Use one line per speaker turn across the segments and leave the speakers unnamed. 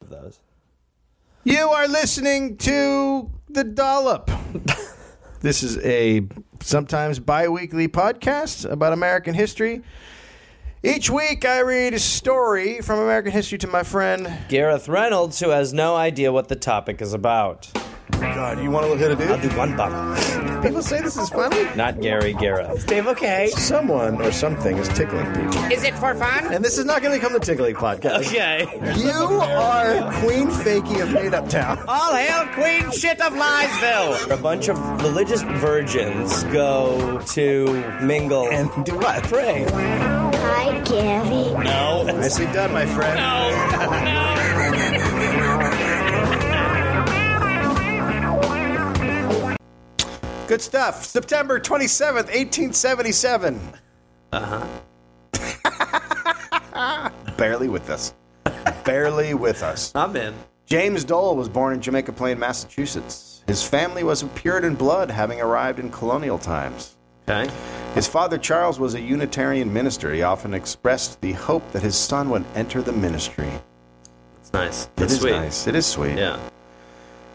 of those.
You are listening to The Dollop. this is a sometimes bi weekly podcast about American history. Each week, I read a story from American history to my friend.
Gareth Reynolds, who has no idea what the topic is about.
God, you want to hit a
I'll
dude?
do one bottle.
People say this is funny.
Not Gary Gareth.
Dave, okay.
Someone or something is tickling people.
Is it for fun?
And this is not going to become the tickling podcast.
Okay.
You are Queen Fakey of Made Up Town.
All hail Queen Shit of Liesville.
A bunch of religious virgins go to mingle
And do what?
pray.
Hi, Gary.
No.
Nicely done, my friend. Good stuff. September 27th, 1877. Uh huh. Barely with us. Barely with us.
I'm in.
James Dole was born in Jamaica Plain, Massachusetts. His family was of Puritan blood, having arrived in colonial times.
Okay.
His father, Charles, was a Unitarian minister. He often expressed the hope that his son would enter the ministry.
It's nice.
It
It's
is
sweet.
nice. It is sweet.
Yeah.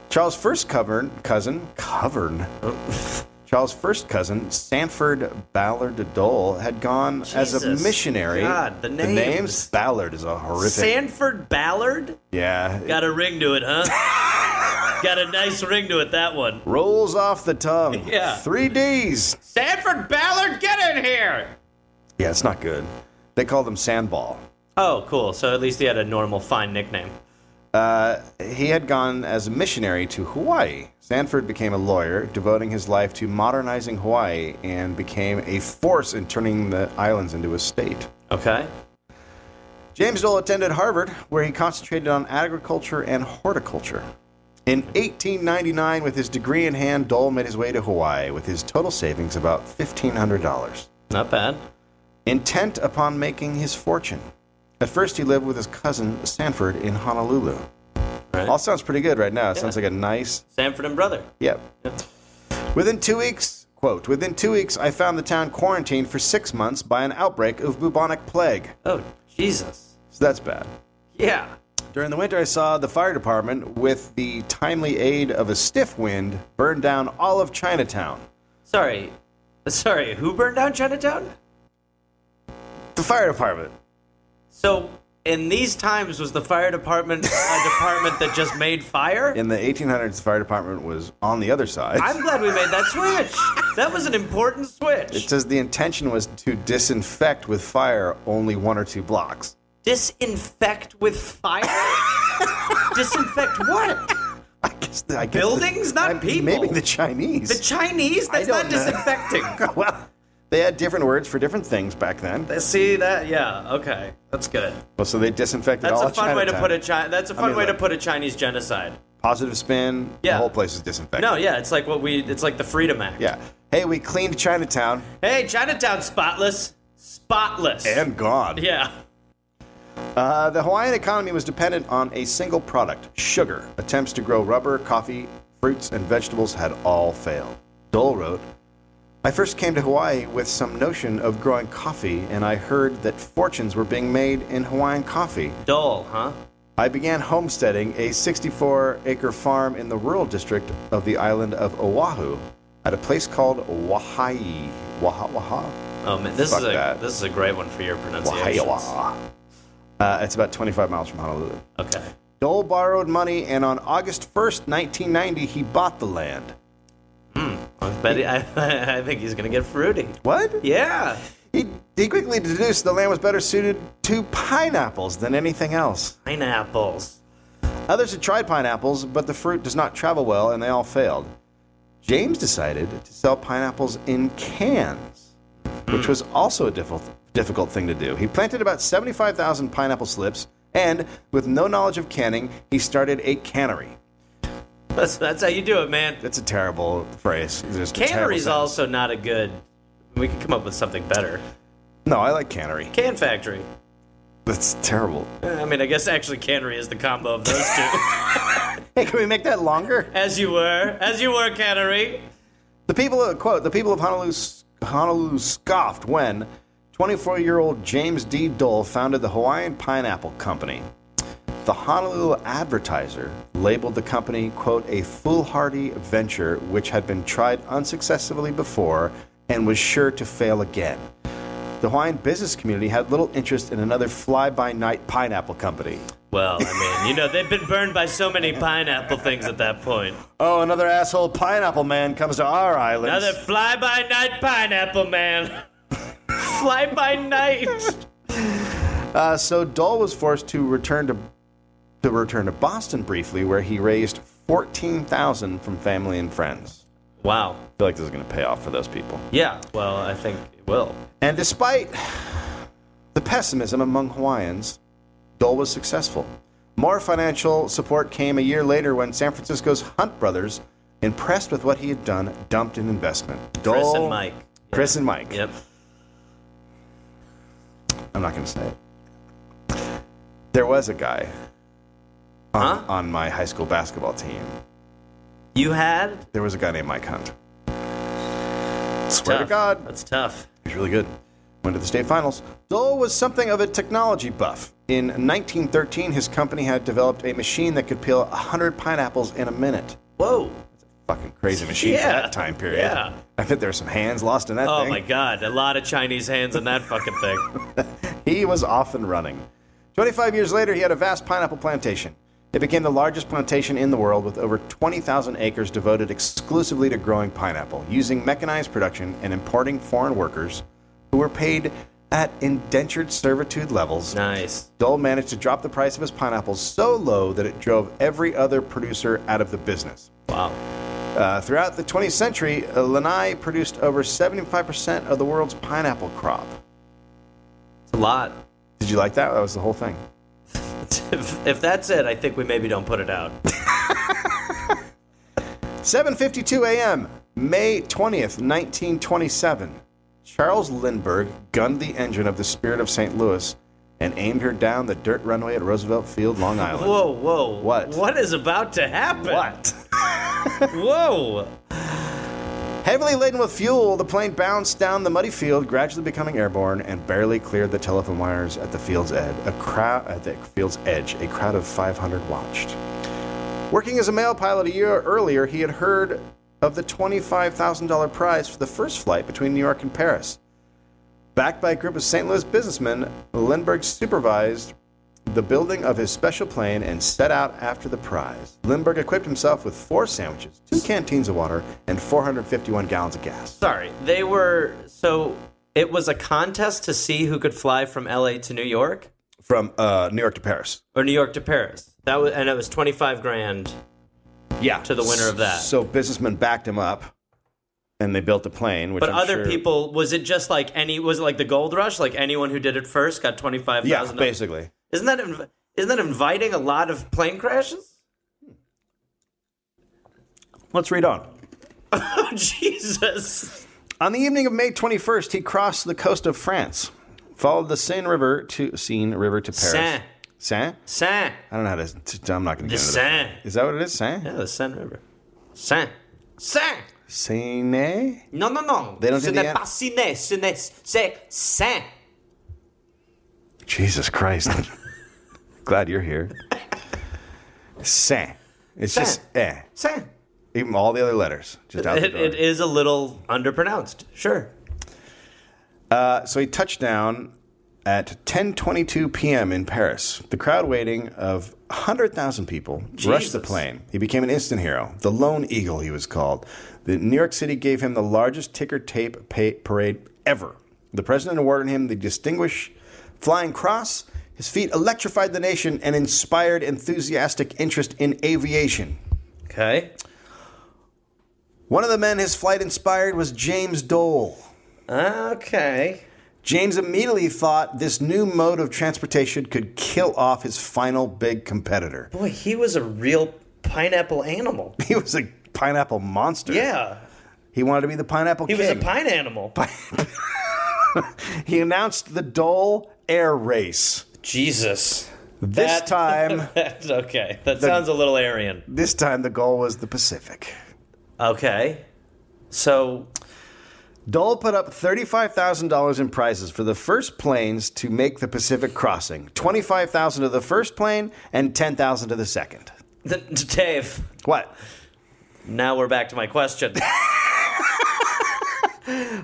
Charles' first covern, cousin, covern,
Oh.
Charles' first cousin, Sanford Ballard Dole, had gone as a
Jesus.
missionary.
God, the names.
Ballard is a horrific.
Sanford Ballard?
yeah. it
Got a ring to it, huh? Got a nice ring to it, that one.
rolls off the tongue.
Yeah.
Three D's.
Sanford Ballard, get in here!
Yeah, it's not good. They called him Sandball.
Oh, cool. So at least he had a normal, fine nickname.
Uh, he had gone as a missionary to Hawaii. Sanford became a lawyer, devoting his life to modernizing Hawaii and became a force in turning the islands into a state.
Okay.
James Dole attended Harvard, where he concentrated on agriculture and horticulture. In 1899, with his degree in hand, Dole made his way to Hawaii with his total savings about $1,500,
Not bad.
intent upon making his fortune. At first, he lived with his cousin Sanford in Honolulu.
Right.
All sounds pretty good right now. It sounds like a nice.
Sanford and brother.
Yep. Within two weeks, quote, within two weeks, I found the town quarantined for six months by an outbreak of bubonic plague.
Oh, Jesus.
So that's bad.
Yeah.
During the winter, I saw the fire department, with the timely aid of a stiff wind, burn down all of Chinatown.
Sorry. Sorry, who burned down Chinatown?
The fire department.
So, in these times, was the fire department a department that just made fire?
In the 1800s, the fire department was on the other side.
I'm glad we made that switch. That was an important switch.
it says the intention was to disinfect with fire only one or two blocks.
Disinfect with fire? Disinfect what?
I guess the, I guess
Buildings,
the,
not
I-
people.
Maybe the Chinese.
The Chinese? That's
don't
not
know.
disinfecting.
well, they had different words for different things back then.
See that? Yeah. Okay. That's good.
Well, so they disinfected
That's
all
a
of
fun way to
Chinatown.
put a Chi- That's a fun
mean,
way to
like-
put a Chinese genocide.
Positive spin. The
Yeah.
whole place was disinfected.
No, yeah, it's like what we. It's like the Freedom Act.
Yeah. Hey, we cleaned Chinatown
Hey, Chinatown, spotless, spotless.
and gone.
yeah.
Uh, the Hawaiian economy was dependent on a single product, sugar. Attempts to grow rubber, coffee, fruits, and vegetables had all failed. Dole wrote, I first came to Hawaii with some notion of growing coffee, and I heard that fortunes were being made in Hawaiian coffee.
Dull, huh?
I began homesteading a 64 acre farm in the rural district of the island of Oahu at a place called Wahai. Waha Waha.
Oh man, this
Fuck
is a
that.
this is a great one for your
Wahai
pronunciation.
Waha. Uh, it's about 25 miles from Honolulu.
Okay.
Dole borrowed money, and on August 1st, 1990, he bought the land.
I bet he- I, I think he's gonna get fruity.
What?
Yeah.
He, he quickly deduced the land was better suited to pineapples than anything else.
Pineapples.
Others had tried pineapples, but the fruit does not travel well, and they all failed. James decided to sell pineapples in cans, which was also a difficult, difficult thing to do. He planted about 75,000 pineapple slips, and with no knowledge of canning, he started a cannery.
That's that's how you do it, man.
That's a terrible phrase. It's just a terrible
Cannery's
sentence.
also not a good. We could come up with something better.
No, I like cannery.
Can factory.
That's terrible.
Eh, I mean, I guess actually cannery is the combo of those two.
Hey, can we make that longer?
as you were, as you were, cannery.
The people of, quote, the people of Honolulu, Honolulu scoffed when 24-year-old James D. Dole founded the Hawaiian Pineapple Company. The Honolulu Advertiser labeled the company, quote, a foolhardy venture which had been tried unsuccessfully before and was sure to fail again. The Hawaiian business community had little interest in another fly by night pineapple company.
Well, I mean, you know, they've been burned by so many pineapple things at that point.
Oh, another asshole pineapple man comes to our island.
Another fly by night pineapple man. fly by night.
Uh, so Dole was forced to return to to return to Boston briefly, where he raised fourteen thousand from family and friends.
Wow.
I feel like this is going to pay off for those people.
Yeah. Well, I think it will.
And despite the pessimism among Hawaiians, Dole was successful. More financial support came a year later when San Francisco's Hunt brothers, impressed with what he had done, dumped an investment. Dole,
Chris and Mike.
Oh. Chris and Mike.
Yep.
I'm not going to say it. There was a guy on,
Huh?
on my high school basketball team.
You had?
There was a guy named Mike Hunt. Swear to God.
That's tough.
He's really good. Went to the state finals. Dole was something of a technology buff. In 1913, his company had developed a machine that could peel 100 pineapples in a minute.
Whoa.
Fucking crazy machine for
Yeah.
that time period.
Yeah.
I bet there were some hands lost in that
Oh
thing.
my god, a lot of Chinese hands in that fucking thing.
He was off and running. 25 years later, he had a vast pineapple plantation. It became the largest plantation in the world with over 20,000 acres devoted exclusively to growing pineapple, using mechanized production and importing foreign workers who were paid at indentured servitude levels.
Nice.
Dole managed to drop the price of his pineapples so low that it drove every other producer out of the business.
Wow.
Uh, throughout the 20th century, uh, Lanai produced over 75% of the world's pineapple crop.
It's a lot.
Did you like that? That was the whole thing.
If, if that's it, I think we maybe don't put it out.
7:52 a.m., May 20th, 1927. Charles Lindbergh gunned the engine of the Spirit of St. Louis and aimed her down the dirt runway at Roosevelt Field, Long Island.
Whoa, whoa.
What?
What is about to happen?
What?
Whoa.
Heavily laden with fuel, the plane bounced down the muddy field, gradually becoming airborne, and barely cleared the telephone wires at the field's edge. A crowd at the field's edge, a crowd of 500 watched. Working as a mail pilot a year earlier, he had heard of the $25,000 prize for the first flight between New York and Paris. Backed by a group of St. Louis businessmen, Lindbergh supervised the building of his special plane and set out after the prize. Lindbergh equipped himself with four sandwiches, two canteens of water, and 451 gallons of gas.
Sorry. They were so it was a contest to see who could fly from LA to New York
From uh, New York to Paris.
or New York to Paris. That was and it was 25 grand.
Yeah.
To the winner of that.
So businessmen backed him up, and they built a plane. Which
But
I'm
other
sure-
people was it just like any was it like the gold rush like anyone who did it first got
Yeah,
25,000?
basically.
Isn't that inv- isn't that inviting a lot of plane crashes?
Let's read on.
Oh Jesus.
On the evening of May 21st, he crossed the coast of France, followed the Seine River to Seine River to Paris.
Seine.
Seine?
San.
I don't know how to. t- I'm not going to
The
get into that.
San.
Is that what it is? Seine?
Yeah, the Seine River. San. San.
Seine?
No, no, no.
They don't
Ce
do the
n'est
end.
pas Sine. Ce n'est c'est San.
Jesus Christ. Glad you're here. Saint. It's just eh.
San.
Even all the other letters. Just out the
It,
door.
it is a little underpronounced. Sure.
Uh, so he touched down at 10:22 p.m. in Paris. The crowd waiting of 100,000 people rushed the
Jesus.
plane. He became an instant hero, the lone eagle he was called. The New York City gave him the largest ticker tape pa- parade ever. The president awarded him the distinguished flying cross. His feat electrified the nation and inspired enthusiastic interest in aviation.
Okay.
One of the men his flight inspired was James Dole.
Okay.
James immediately thought this new mode of transportation could kill off his final big competitor.
Boy, he was a real pineapple animal.
He was a pineapple monster.
Yeah.
He wanted to be the pineapple
He
king.
was a pine animal.
he announced the Dole Air Race.
Jesus.
This
That-
time,
That's okay. That sounds a little Aryan.
this time the goal was the Pacific.
Okay. So
Dole put up $35,000 in prizes for the first planes to make the Pacific crossing 25000 to the first plane and 10000 to the second.
Th- Dave,
What?
now we're back to my question.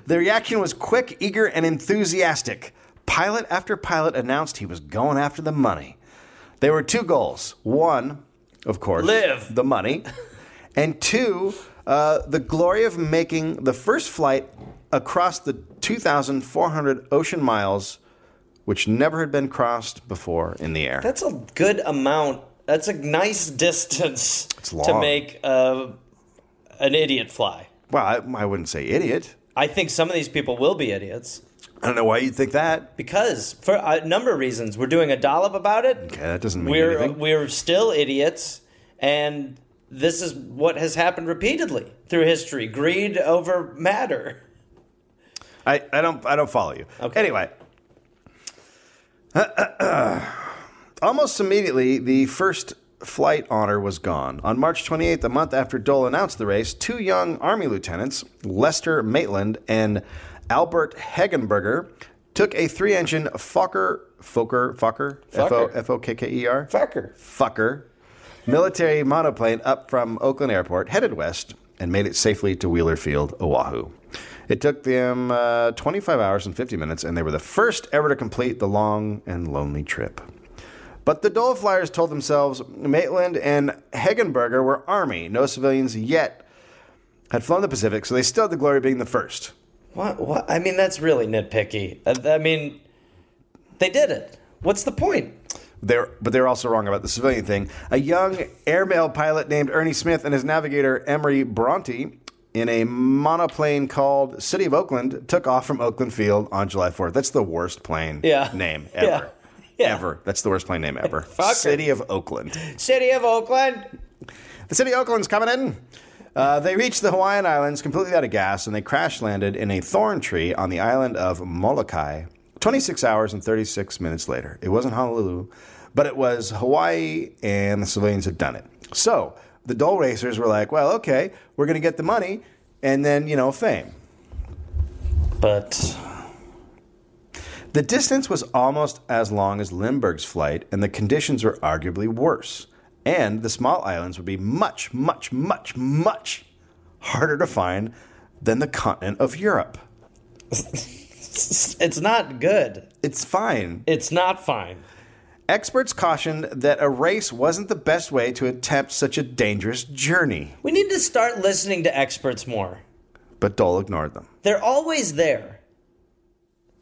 The reaction was quick, eager, and enthusiastic. Pilot after pilot announced he was going after the money. There were two goals. One, of course,
Live.
the money, and two, uh, the glory of making the first flight across the 2,400 ocean miles, which never had been crossed before in the air.
That's a good amount. That's a nice distance to
long.
make uh, an idiot fly.
well, I, I wouldn't say idiot.
I think some of these people will be idiots
I don't know why you'd think that.
because for a number of reasons we're doing a dollop about it.
Okay, that doesn't mean
We're
anything.
we're still idiots, and this is what has happened repeatedly through history: greed over matter.
I, I don't I don't follow you.
Okay.
Anyway. Almost immediately, the first flight honor was gone. On March 28th, a month after Dole announced the race, two young Army lieutenants, Lester Maitland and Albert Hagenberger, took a three-engine Fokker, Fokker, Fokker, F-O-
Fokker.
F-O-K-K-E-R,
Fucker.
Fucker military monoplane up from Oakland Airport, headed west, and made it safely to Wheeler Field, Oahu. It took them uh, 25 hours and 50 minutes, and they were the first ever to complete the long and lonely trip. But the Dole Flyers told themselves Maitland and Hegenberger were Army, no civilians yet had flown the Pacific, so they still had the glory of being the first.
What? What? I mean, that's really nitpicky. Uh, I, I mean, they did it. What's the point?
They're, but they're also wrong about the civilian thing. A young airmail pilot named Ernie Smith and his navigator Emery Bronte in a monoplane called City of Oakland took off from Oakland Field on July 4th. That's the worst plane
Yeah.
name
Yeah.
ever.
Yeah.
Ever. That's the worst plane name ever.
it.
City of Oakland.
City of Oakland.
The city of Oakland's coming in. Uh, they reached the Hawaiian Islands completely out of gas and they crash landed in a thorn tree on the island of Molokai 26 hours and 36 minutes later. It wasn't Honolulu, but it was Hawaii and the civilians had done it. So the Dole Racers were like, well, okay, we're going to get the money and then, you know, fame.
But
The distance was almost as long as Lindbergh's flight, and the conditions were arguably worse. And the small islands would be much, much, much, much harder to find than the continent of Europe.
it's not good.
It's fine.
It's not fine.
Experts cautioned that a race wasn't the best way to attempt such a dangerous journey,
We need to start listening to experts more.
but Dole ignored them.
They're always there.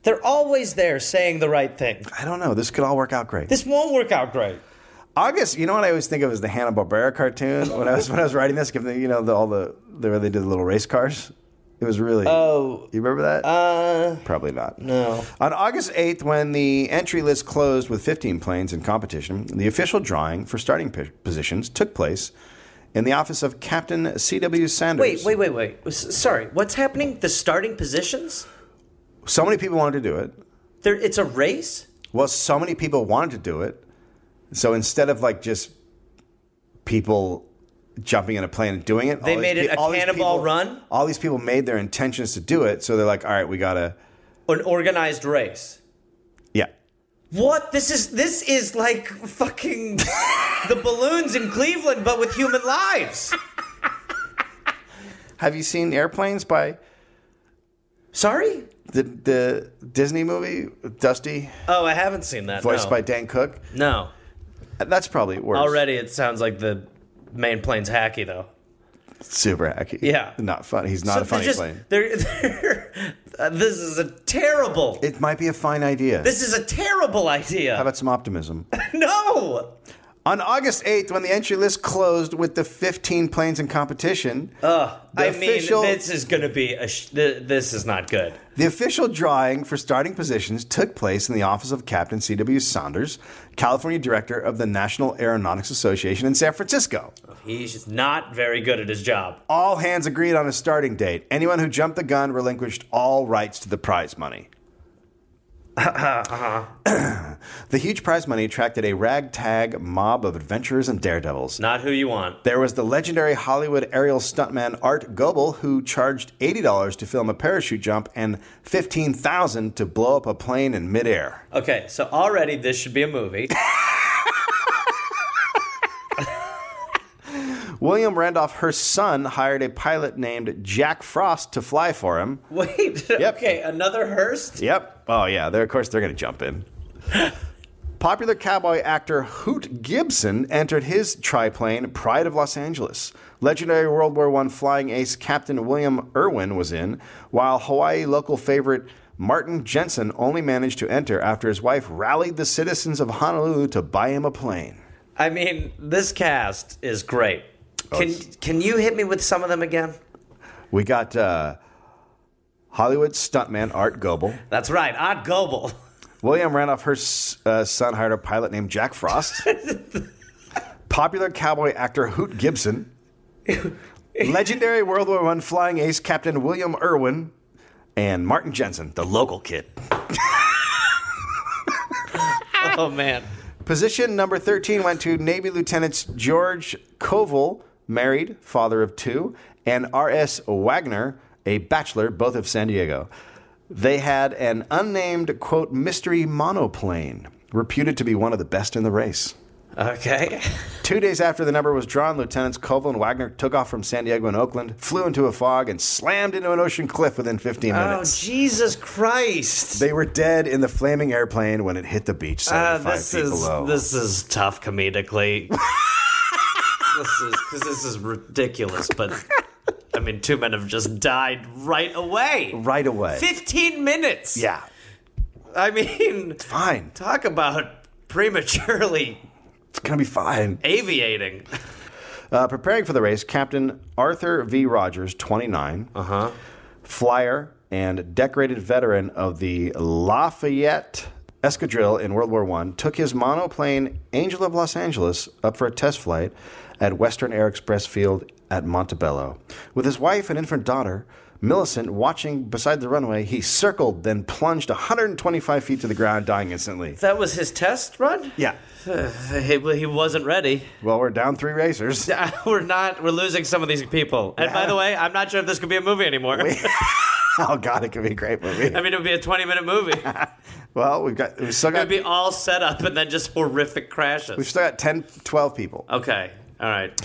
They're always there saying the right thing.
I don't know. This could all work out great.
This won't work out great.
August, you know what I always think of as the Hanna Barbera cartoon when I was when I was writing this, given the, you know the, all the the way they did the little race cars. It was really.
Oh,
You remember that?
uh,
Probably not.
no.
On August 8th, when the entry list closed with 15 planes in competition, the official drawing for starting p- positions took place in the office of Captain C.W. Sanders.
Wait, wait, wait, wait. S- Sorry, what's happening? The starting positions?
So many people wanted to do it.
There, it's a race?
Well, so many people wanted to do it. So instead of like just people jumping in a plane and doing it,
They
all these
made it
pe-
a
all these
cannonball
people-
run?
All these people made their intentions to do it. So they're like, all right, we got to,
An organized race?
yeah.
What? This is this is like fucking the balloons in Cleveland, but with human lives.
Have you seen Airplanes by
Sorry?
the the Disney movie Dusty,
Oh, I haven't seen that.
voiced
no.
by Dan Cook.
no.
That's probably worse.
Already, it sounds like the main plane's hacky though.
super hacky.
Yeah.
not fun. He's not a funny
just,
plane.
They're, they're, uh, this is a terrible.
It might be a fine idea.
this is a terrible idea.
How about some optimism?
no.
On August 8th, when the entry list closed with the 15 planes in competition,
Uh, I
official-
mean, this is going to be a. Sh- th- this is not good.
the official drawing for starting positions took place in the office of Captain C.W. Saunders, California director of the National Aeronautics Association in San Francisco.
He's just not very good at his job.
All hands agreed on a starting date. Anyone who jumped the gun relinquished all rights to the prize money. The huge prize money attracted a ragtag mob of adventurers and daredevils.
Not who you want.
There was the legendary Hollywood aerial stuntman Art Goebel, who charged $80 to film a parachute jump and $15,000 to blow up a plane in midair.
Okay, so already this should be a movie.
William Randolph Hearst's son hired a pilot named Jack Frost to fly for him.
Wait.
Yep.
Okay, another Hearst.
Yep. Oh yeah. They're of course they're gonna jump in. Popular cowboy actor Hoot Gibson entered his triplane, Pride of Los Angeles. Legendary World War I flying ace Captain William Irwin was in, while Hawaii local favorite Martin Jensen only managed to enter after his wife rallied the citizens of Honolulu to buy him a plane.
I mean, this cast is great.
Oh,
Can can you hit me with some of them again?
We got uh, Hollywood stuntman Art Goebel.
That's right, Odd Goebel.
William Randolph Hearst's uh, son hired a pilot named Jack Frost. Popular cowboy actor Hoot Gibson. Legendary World War I flying ace Captain William Irwin. And Martin Jensen, the local kid.
Oh man.
Position number 13 went to Navy Lieutenants George Koval, married, father of two, and R.S. Wagner, a bachelor, both of San Diego. They had an unnamed, quote, mystery monoplane, reputed to be one of the best in the race.
Okay.
Two days after the number was drawn, Lieutenants Koval and Wagner took off from San Diego and Oakland, flew into a fog, and slammed into an ocean cliff within 15
Oh
minutes.
Jesus Christ.
They were dead in the flaming airplane when it hit the beach
Uh,
75
this
feet
is
below.
this is tough comedically. this is because this is ridiculous, but I mean, two men have just died right away.
right away.
Fifteen minutes.
Yeah,
I mean,
fine.
talk about prematurely
It's going to be fine.
aviating.
Uh, preparing for the race, Captain Arthur V. Rogers, 29, uh-huh. flyer and decorated veteran of the Lafayette Escadrille in World War I, took his monoplane Angel of Los Angeles up for a test flight at Western Air Express Field at Montebello. With his wife and infant daughter, Millicent, watching beside the runway, he circled, then plunged 125 feet to the ground, dying instantly.
That was his test run.
Yeah.
He, he wasn't ready.
Well, we're down three racers.
We're not. We're losing some of these people. And by the way, I'm not sure if this could be a movie anymore.
Oh, God, it could be a great movie.
I mean, it would be a 20 minute movie. It
Well, we've got we've still got
would be all set up and then just horrific crashes.
we've still got 10, 12 people.
Okay. All right.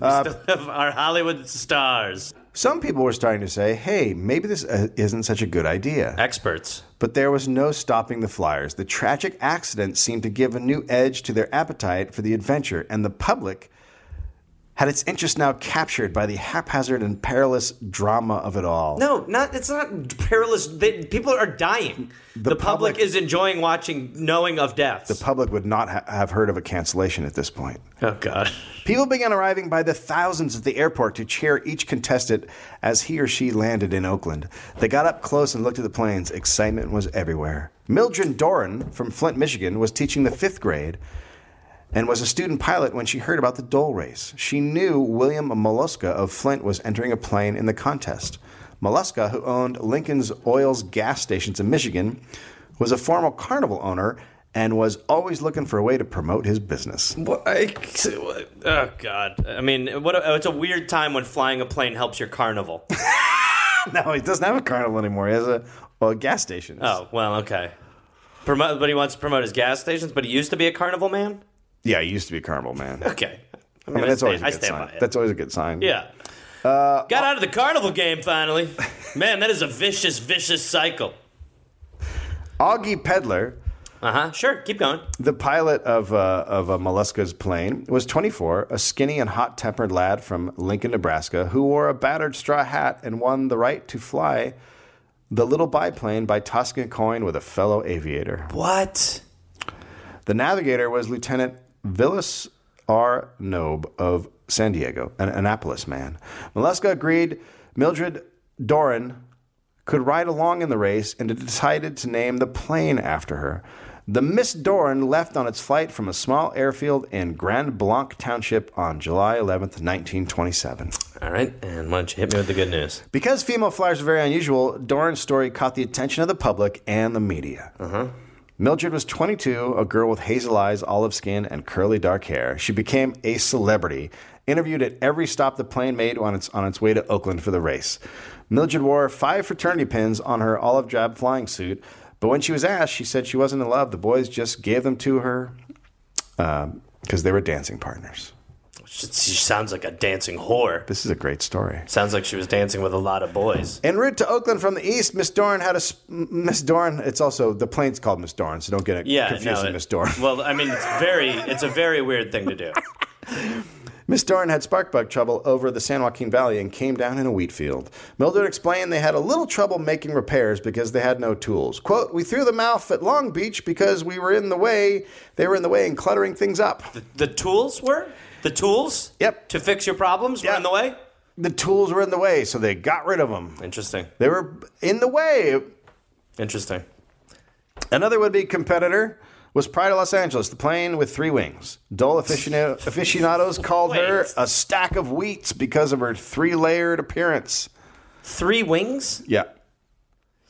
We
Uh,
still have our Hollywood stars.
Some people were starting to say, "Hey, maybe this uh, isn't such a good idea."
Experts.
But there was no stopping the flyers. The tragic accident seemed to give a new edge to their appetite for the adventure, and the public had its interest now captured by the haphazard and perilous drama of it all.
No, not. It's not perilous. They, people are dying. The, public,
public-
is enjoying watching, knowing of deaths.
The public would not ha- have heard of a cancellation at this point.
oh God.
People began arriving by the thousands at the airport to cheer each contestant as he or she landed in Oakland. They got up close and looked at the planes. Excitement was everywhere. Mildred Doran from Flint, Michigan, was teaching the fifth grade and was a student pilot when she heard about the Dole race. She knew William Moluska of Flint was entering a plane in the contest. Moluska, who owned Lincoln's Oil's gas stations in Michigan, was a former carnival owner and was always looking for a way to promote his business.
oh God. I mean, what? A, it's a weird time when flying a plane helps your carnival.
No, he doesn't have a carnival anymore. He has a, well, a gas station.
Oh well, okay. Promote, but he wants to promote his gas stations. But he used to be a carnival man.
Yeah, he used to be a carnival man. I
Okay. I
mean,
I
that's
sta-
always a
I
good
stand
sign.
by it.
That's always a good sign.
yeah.
Uh,
Got out of the carnival game finally. Man, that is a vicious, vicious cycle.
Augie Pedler,
Uh huh. Sure. Keep going.
the pilot of uh, of uh, Molluska's plane, was 24, a skinny and hot tempered lad from Lincoln, Nebraska, who wore a battered straw hat and won the right to fly the little biplane by tossing a coin with a fellow aviator.
What?
The navigator was Lieutenant Villas R. Nobe of San Diego, an Annapolis man. Molluska agreed Mildred Doran could ride along in the race and decided to name the plane after her. The Miss Dorn left on its flight from a small airfield in Grand Blanc Township on July 11th, 1927.
All right, and why don't you hit me with the good news?
Because female flyers are very unusual, Doran's story caught the attention of the public and the media. Mildred was 22, a girl with hazel eyes, olive skin, and curly dark hair. She became a celebrity, interviewed at every stop the plane made on its, on its way to Oakland for the race. Mildred wore five fraternity pins on her olive drab flying suit, but when she was asked, she said she wasn't in love. The boys just gave them to her because they were dancing partners.
She, she sounds like a dancing whore.
This is a great story.
Sounds like she was dancing with a lot of boys.
En route to Oakland from the east, Miss Dorn had a s- M- Miss Dorn. It's also the plane's called Miss Dorn, so don't get it
Yeah,
confused
no,
with
it-
Miss Dorn.
Well, I mean, it's very, it's a very weird thing to do.
Miss Dorn had spark bug trouble over the San Joaquin Valley and came down in a wheat field. Mildred explained they had a little trouble making repairs because they had no tools. "Quote: We threw them off at Long Beach because we were in the way. They were in the way and cluttering things up.
The tools were the tools.
Yep.
To fix your problems were in the way.
The tools were in the way, so they got rid of them.
Interesting.
They were in the way.
Interesting.
Another would be competitor was Pride of Los Angeles, the plane with three wings. Dole aficionado- aficionados called her
Wait.
a stack of wheats because of her three layered appearance.
Three wings?
Yeah.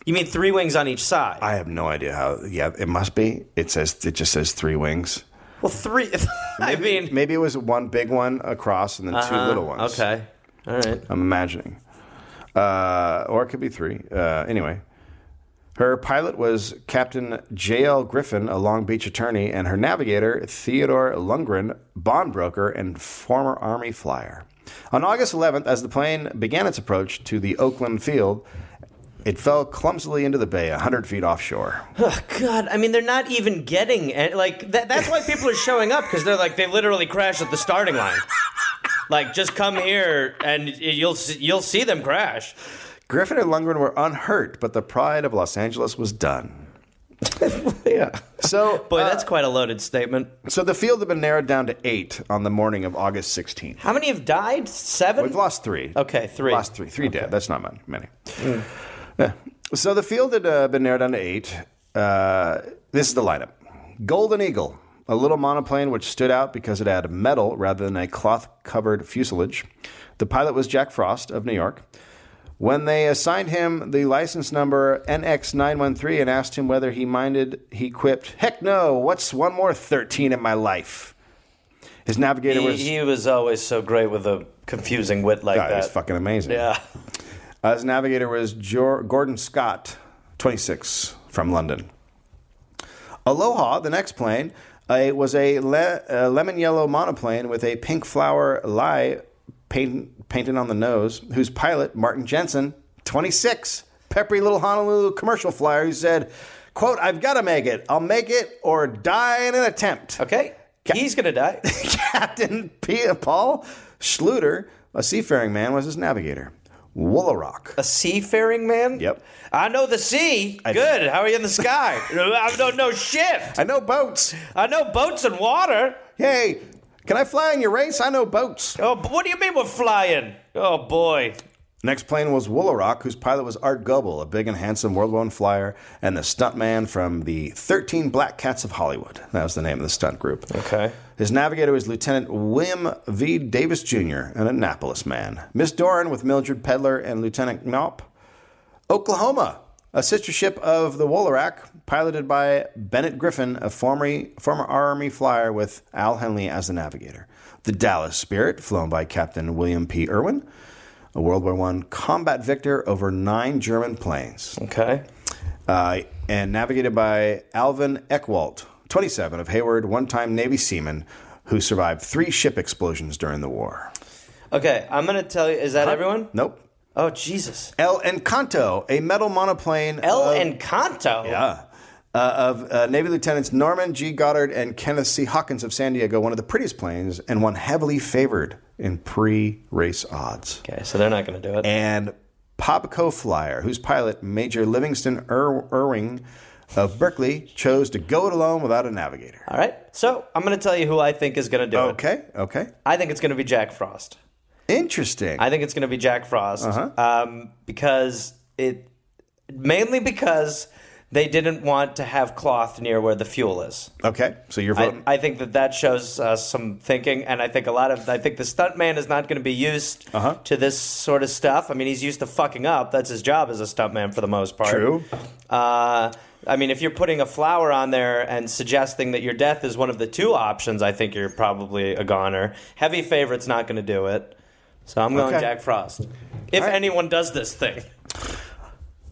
You mean three wings on each side?
I have no idea how. Yeah, it must be. It says it just says three wings.
well, three. I mean,
Maybe it was one big one across and then two little ones.
Uh-huh. okay. All right.
I'm imagining. Uh, or it could be three. Uh, anyway. Her pilot was Captain J.L. Griffin, a Long Beach attorney, and her navigator, Theodore Lundgren, bondbroker and former Army flyer. On August 11th, as the plane began its approach to the Oakland field, it fell clumsily into the bay 100 feet offshore.
Oh, God, I mean, they're not even getting it. Like that, that's why people are showing up because they're like they literally crash at the starting line. Like, just come here and you'll see, you'll see them crash.
Griffin and Lundgren were unhurt, but the pride of Los Angeles was done. yeah. So,
Boy, that's quite a loaded statement.
so the field had been narrowed down to eight on the morning of August 16th.
How many have died? 7
We've lost three.
Okay, three. Hmm.
Lost three. Three dead. That's not mon- many. Yeah. So the field had uh, been narrowed down to eight. Uh, this is the lineup Golden Eagle, a little monoplane which stood out because it had metal rather than a cloth covered fuselage. The pilot was Jack Frost of New York. When they assigned him the license number NX913 and asked him whether he minded, he quipped, Heck no, what's one more 13 in my life? His navigator
He,
was.
he was always so great with a confusing wit like
God,
that.
he's fucking amazing.
yeah.
Uh, his navigator was Jor- Gordon Scott, 26, from London. Aloha, the next plane, uh, was a le- uh, lemon yellow monoplane with a pink flower lie paint- painted on the nose, whose pilot, Martin Jensen, 26, peppery little Honolulu commercial flyer, who said, quote, I've got to make it. I'll make it or die in an attempt.
Okay. He's gonna die.
Captain P- Paul Schluter, a seafaring man, was his navigator. Woolarock.
A seafaring man?
Yep.
I know the sea. Good. How are you in the sky? I don't know shit.
I know boats.
I know boats and water.
Hey, can I fly in your race? I know boats.
Oh, but what do you mean we're flying? Oh boy.
Next plane was Woolarock, whose pilot was Art Goebel, a big and handsome world known flyer, and the stuntman from the 13 Black Cats of Hollywood. That was the name of the stunt group.
Okay.
His navigator was Lieutenant William V. Davis Jr., an Annapolis man. Miss Doran with Mildred Pedler and Lieutenant Knopf. Oklahoma, a sister ship of the Woolarock, piloted by Bennett Griffin, a former, former Army flyer with Al Henley as the navigator. The Dallas Spirit, flown by Captain William P. Irwin, a World War I combat victor over nine German planes,
Okay.
uh, and navigated by Alvin Eckwalt, 27 of Hayward, one time Navy seaman who survived three ship explosions during the war.
Okay, I'm gonna tell you. Is that everyone?
Nope.
Oh Jesus.
El Encanto, a metal monoplane.
El
of-
Encanto.
Yeah. Uh, of uh, Navy Lieutenants Norman G. Goddard and Kenneth C. Hawkins of San Diego, one of the prettiest planes and one heavily favored in pre race odds.
Okay, so they're not gonna do it.
And Popco Flyer, whose pilot, Major Livingston Ir- Irwing of Berkeley, chose to go it alone without a navigator.
All right. So I'm gonna tell you who I think is gonna do it.
Okay, okay.
I think it's gonna be Jack Frost.
Interesting.
I think it's going to be Jack Frost um, because it mainly because they didn't want to have cloth near where the fuel is.
Okay, so you're
I,
voting.
I think that that shows uh, some thinking, and I think a lot of I think the stuntman is not going to be used
Uh-huh.
to this sort of stuff. I mean, he's used to fucking up. That's his job as a stuntman for the most part.
True.
Uh, I mean, if you're putting a flower on there and suggesting that your death is one of the two options, I think you're probably a goner. Heavy favorite's not going to do it, so I'm going
Okay.
Jack Frost. If
All right.
anyone does this thing,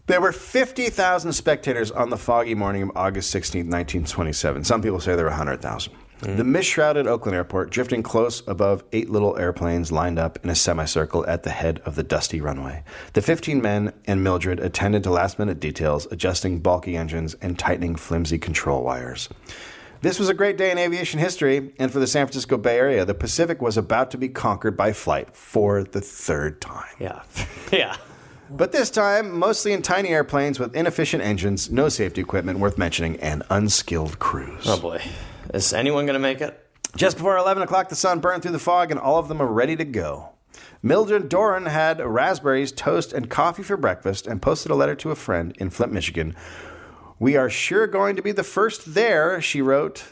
There were 50,000 spectators on the foggy morning of August 16, 1927. Some people say there were 100,000. The mist-shrouded Oakland airport drifting close above eight little airplanes lined up in a semicircle at the head of the dusty runway. The 15 men and Mildred attended to last-minute details, adjusting bulky engines and tightening flimsy control wires. This was a great day in aviation history, and for the San Francisco Bay Area, the Pacific was about to be conquered by flight for the third time.
yeah, yeah.
But this time, mostly in tiny airplanes with inefficient engines, no safety equipment worth mentioning, and unskilled crews.
Oh boy, is anyone going to make it?
Just before 11 o'clock, the sun burned through the fog, and all of them are ready to go. Mildred Doran had raspberries, toast, and coffee for breakfast and posted a letter to a friend in Flint, Michigan. We are sure going to be the first there, she wrote.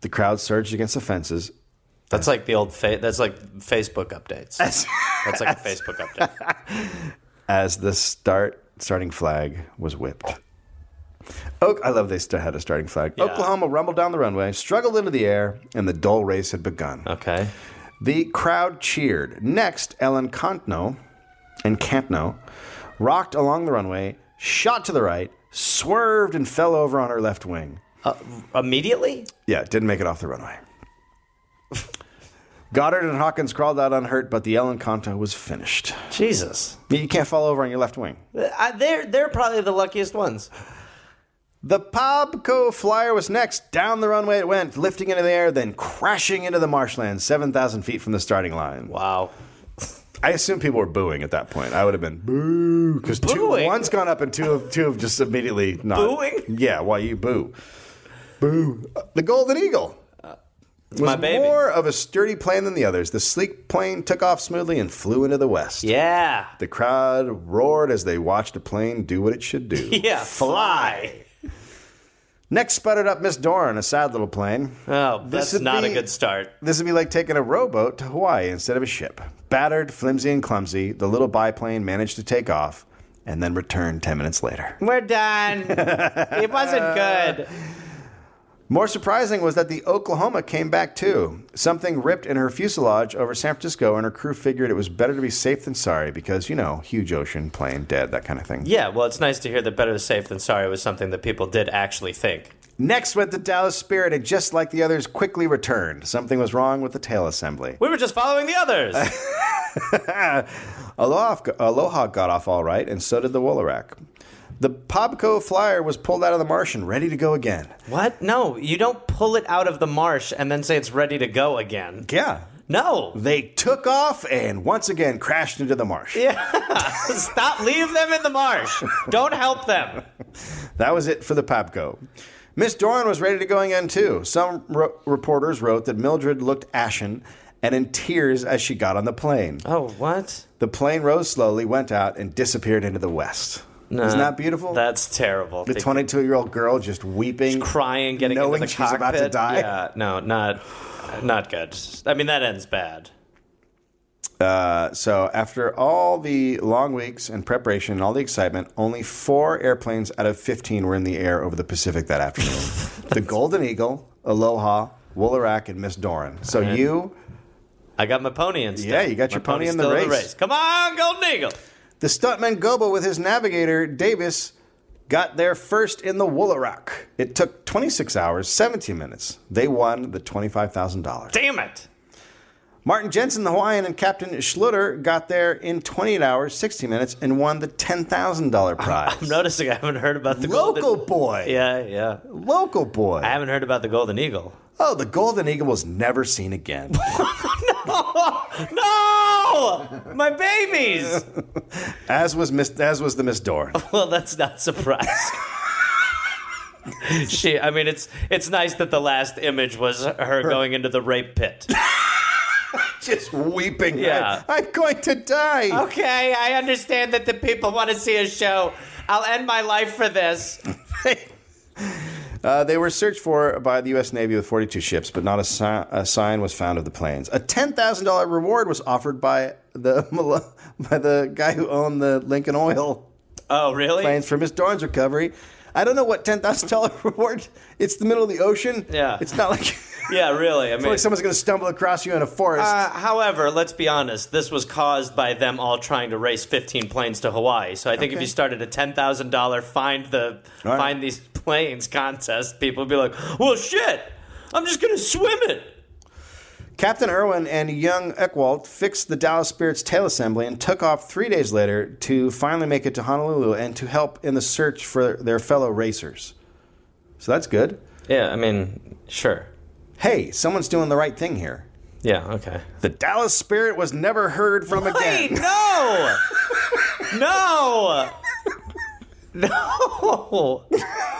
The crowd surged against the fences.
That's like the old. Fa- that's like Facebook updates. That's like a Facebook update.
as the start starting flag was whipped. Oak, I love they still had a starting flag. Oklahoma rumbled down the runway, struggled into the air, and the dull race had begun.
Okay.
The crowd cheered. Next, Ellen Cantno and Cantno rocked along the runway, shot to the right, swerved, and fell over on her left wing.
Immediately?
Yeah, didn't make it off the runway. Goddard and Hawkins crawled out unhurt, but the Ellen Cantno was finished.
Jesus.
You can't fall over on your left wing.
I, they're they're probably the luckiest ones.
The Pobco Flyer was next. Down the runway it went, lifting into the air, then crashing into the marshland 7,000 feet from the starting line.
Wow.
I assume people were booing at that point. I would have been boo because two
Booing?
one's gone up and two have two have just immediately not
Booing?
Yeah, why you boo? Boo. The Golden Eagle was
my baby.
more of a sturdy plane than the others. The sleek plane took off smoothly and flew into the west.
Yeah.
The crowd roared as they watched a plane do what it should do.
Yeah. Fly.
Next sputtered up Miss Doran, a sad little plane.
Oh,
This
that's
would
not
be-
a good start.
This would be like taking a rowboat to Hawaii instead of a ship. Battered, flimsy, and clumsy, the little biplane managed to take off and then returned 10 minutes later.
We're done. it wasn't good.
More surprising was that the Oklahoma came back too. Something ripped in her fuselage over San Francisco, and her crew figured it was better to be safe than sorry because, you know, huge ocean, plane, dead, that kind of thing.
Yeah. Well, it's nice to hear that better safe than sorry was something that people did actually think.
Next went the Dallas Spirit, and just like the others, quickly returned. Something was wrong with the tail assembly.
We were just following the others.
Aloha, Aloha got off all right, and so did the Wolorak. The Pobco Flyer was pulled out of the Martian, ready to go again.
what? No, you don't pull it out of the marsh and then say it's ready to go again.
Yeah.
No.
They took off and once again crashed into the marsh.
Stop. Leave them in the marsh. Don't help them.
That was it for the Pobco. Miss Doran was ready to go again, too. Some ro- reporters wrote that Mildred looked ashen and in tears as she got on the plane.
Oh, what?
The plane rose slowly, went out, and disappeared into the west. Isn't that beautiful?
That's terrible.
the 22 year old girl just weeping.
crying, getting
knowing
into the
she's about to
cockpit.
die.
Yeah, no, not not good. I mean, that ends bad.
So, after all the long weeks and preparation and all the excitement, only four airplanes out of 15 were in the air over the Pacific that afternoon the Golden Eagle, Aloha, Woolarak, and Miss Doran. So, you,
I got my pony in.
Yeah, you got
my
your pony
pony's
in the
still
race.
Come on, Golden Eagle.
the stuntman Goba with his navigator, Davis, got there first in the Woolarak. It took 26 hours, 17 minutes. They won the $25,000.
Damn it.
Martin Jensen, the Hawaiian, and Captain Schluter got there in 28 hours, 60 minutes, and won the $10,000 prize.
I'm noticing I haven't heard about the
Local
Golden.
boy.
Yeah, yeah.
Local boy.
I haven't heard about the Golden Eagle.
Oh, the Golden Eagle was never seen again.
No, my babies.
as was Miss, as was the Miss Dorn.
Well, that's not surprising. she, I mean, it's it's nice that the last image was her going into the rape pit.
Just weeping.
Yeah.
I, am going to die.
Okay, I understand that the people want to see a show. I'll end my life for this.
right. Uh, they were searched for by the U.S. Navy with 42 ships, but not a, si- a sign was found of the planes. A $10,000 reward was offered by the Mal- by the guy who owned the Lincoln Oil
Oh, really?
planes from his Dorn's recovery. I don't know what $10,000 reward. It's the middle of the ocean.
Yeah.
It's not like,
Yeah, really. I mean,
like someone's going to stumble across you in a forest.
Uh, however, let's be honest. This was caused by them all trying to race 15 planes to Hawaii. So I think if
Okay.
you started a $10,000 find the
All right.
find these planes contest, people would be like, "Well, shit. I'm just going to swim it."
Captain Irwin and young Eckwalt fixed the Dallas Spirit's tail assembly and took off three days later to finally make it to Honolulu and to help in the search for their fellow racers. So that's good.
Yeah, I mean, sure.
Hey, someone's doing the right thing here.
Yeah, okay.
The Dallas Spirit was never heard from
Wait,
again.
no. no. No.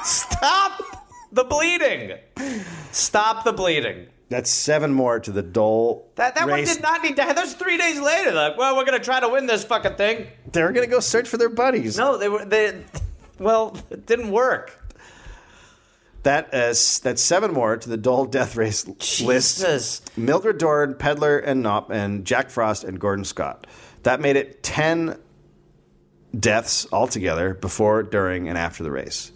Stop the bleeding. Stop the bleeding.
That's seven more to the Dole.
That, that one
race.
did not need to. That's three days later. Like, well, we're gonna try to win this fucking thing.
They were going to go search for their buddies.
No, they were they. Well, it didn't work.
That is, that's seven more to the Dole death race list.
Jesus.
Mildred Dorn, Pedler, and Knopf, and Jack Frost and Gordon Scott. That made it 10 deaths altogether before, during, and after the race.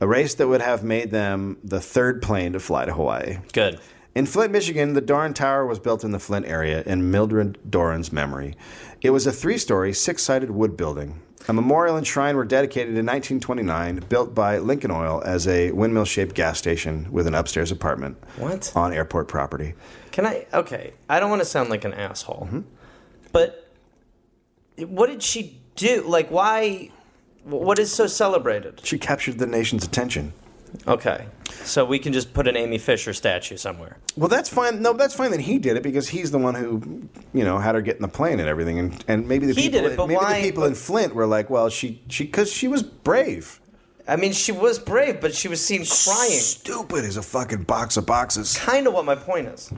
A race that would have made them the third plane to fly to Hawaii.
Good.
In Flint, Michigan, the Dorn Tower was built in the Flint area in Mildred Doran's memory. It was a three story, six sided wood building. A memorial and shrine were dedicated in 1929, built by Lincoln Oil as a windmill shaped gas station with an upstairs apartment
What?
on airport property.
Can I? Okay. I don't want to sound like an asshole, but what did she do? Like, why? What is so celebrated?
She captured the nation's attention.
Okay. So we can just put an Amy Fisher statue somewhere.
Well, that's fine. No, that's fine that he did it because he's the one who, you know, had her get in the plane and everything. And, and maybe the
He
people,
did it, but
maybe
why-
the people in Flint were like, well, she she because she was brave.
I mean, she was brave, but she was seen crying.
Stupid is a fucking box of boxes.
Kind of what my point is.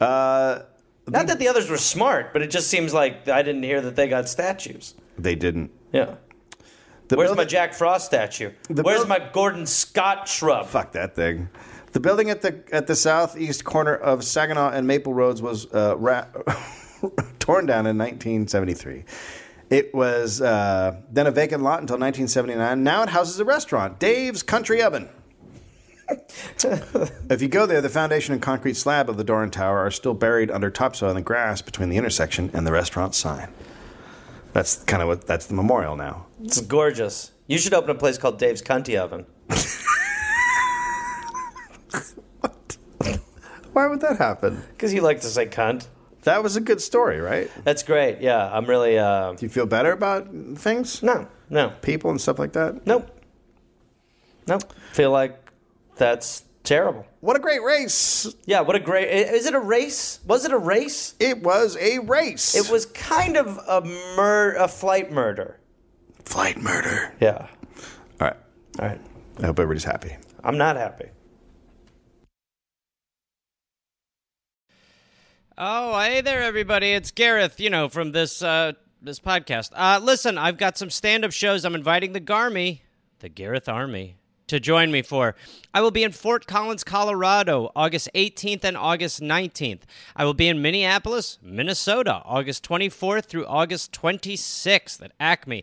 Uh,
Not that the others were smart, but it just seems like I didn't hear that they got statues.
they didn't.
Yeah.
The
Where's my
building-
Jack Frost statue?
The
Where's
build-
my Gordon Scott shrub?
Fuck that thing. The building at the at the southeast corner of Saginaw and Maple Roads was uh, ra- torn down in 1973. It was uh, then a vacant lot until 1979. Now it houses a restaurant, Dave's Country Oven. if you go there, the foundation and concrete slab of the Doran Tower are still buried under topsoil and grass between the intersection and the restaurant sign. That's kind of what that's the memorial now.
It's gorgeous. You should open a place called Dave's Cunty Oven.
Why would that happen?
Because you like to say cunt.
That was a good story, right?
That's great. Yeah, I'm really. Uh,
Do you feel better about things?
no, no,
people and stuff like that.
nope. Nope. Feel like that's terrible.
What a great race!
Yeah, what a great. i- Is it a race? Was it a race?
It was a race.
It was kind of a mur- a flight murder.
flight murder.
Yeah.
All right.
All right.
I hope everybody's happy.
I'm not happy.
Oh, hey there, everybody. It's Gareth, you know, from this uh, this podcast. Uh, listen, I've got some stand up shows I'm inviting the Garmy, the Gareth Army, to join me for. I will be in Fort Collins, Colorado, August 18th and August 19th. I will be in Minneapolis, Minnesota, August 24th through August 26th at Acme.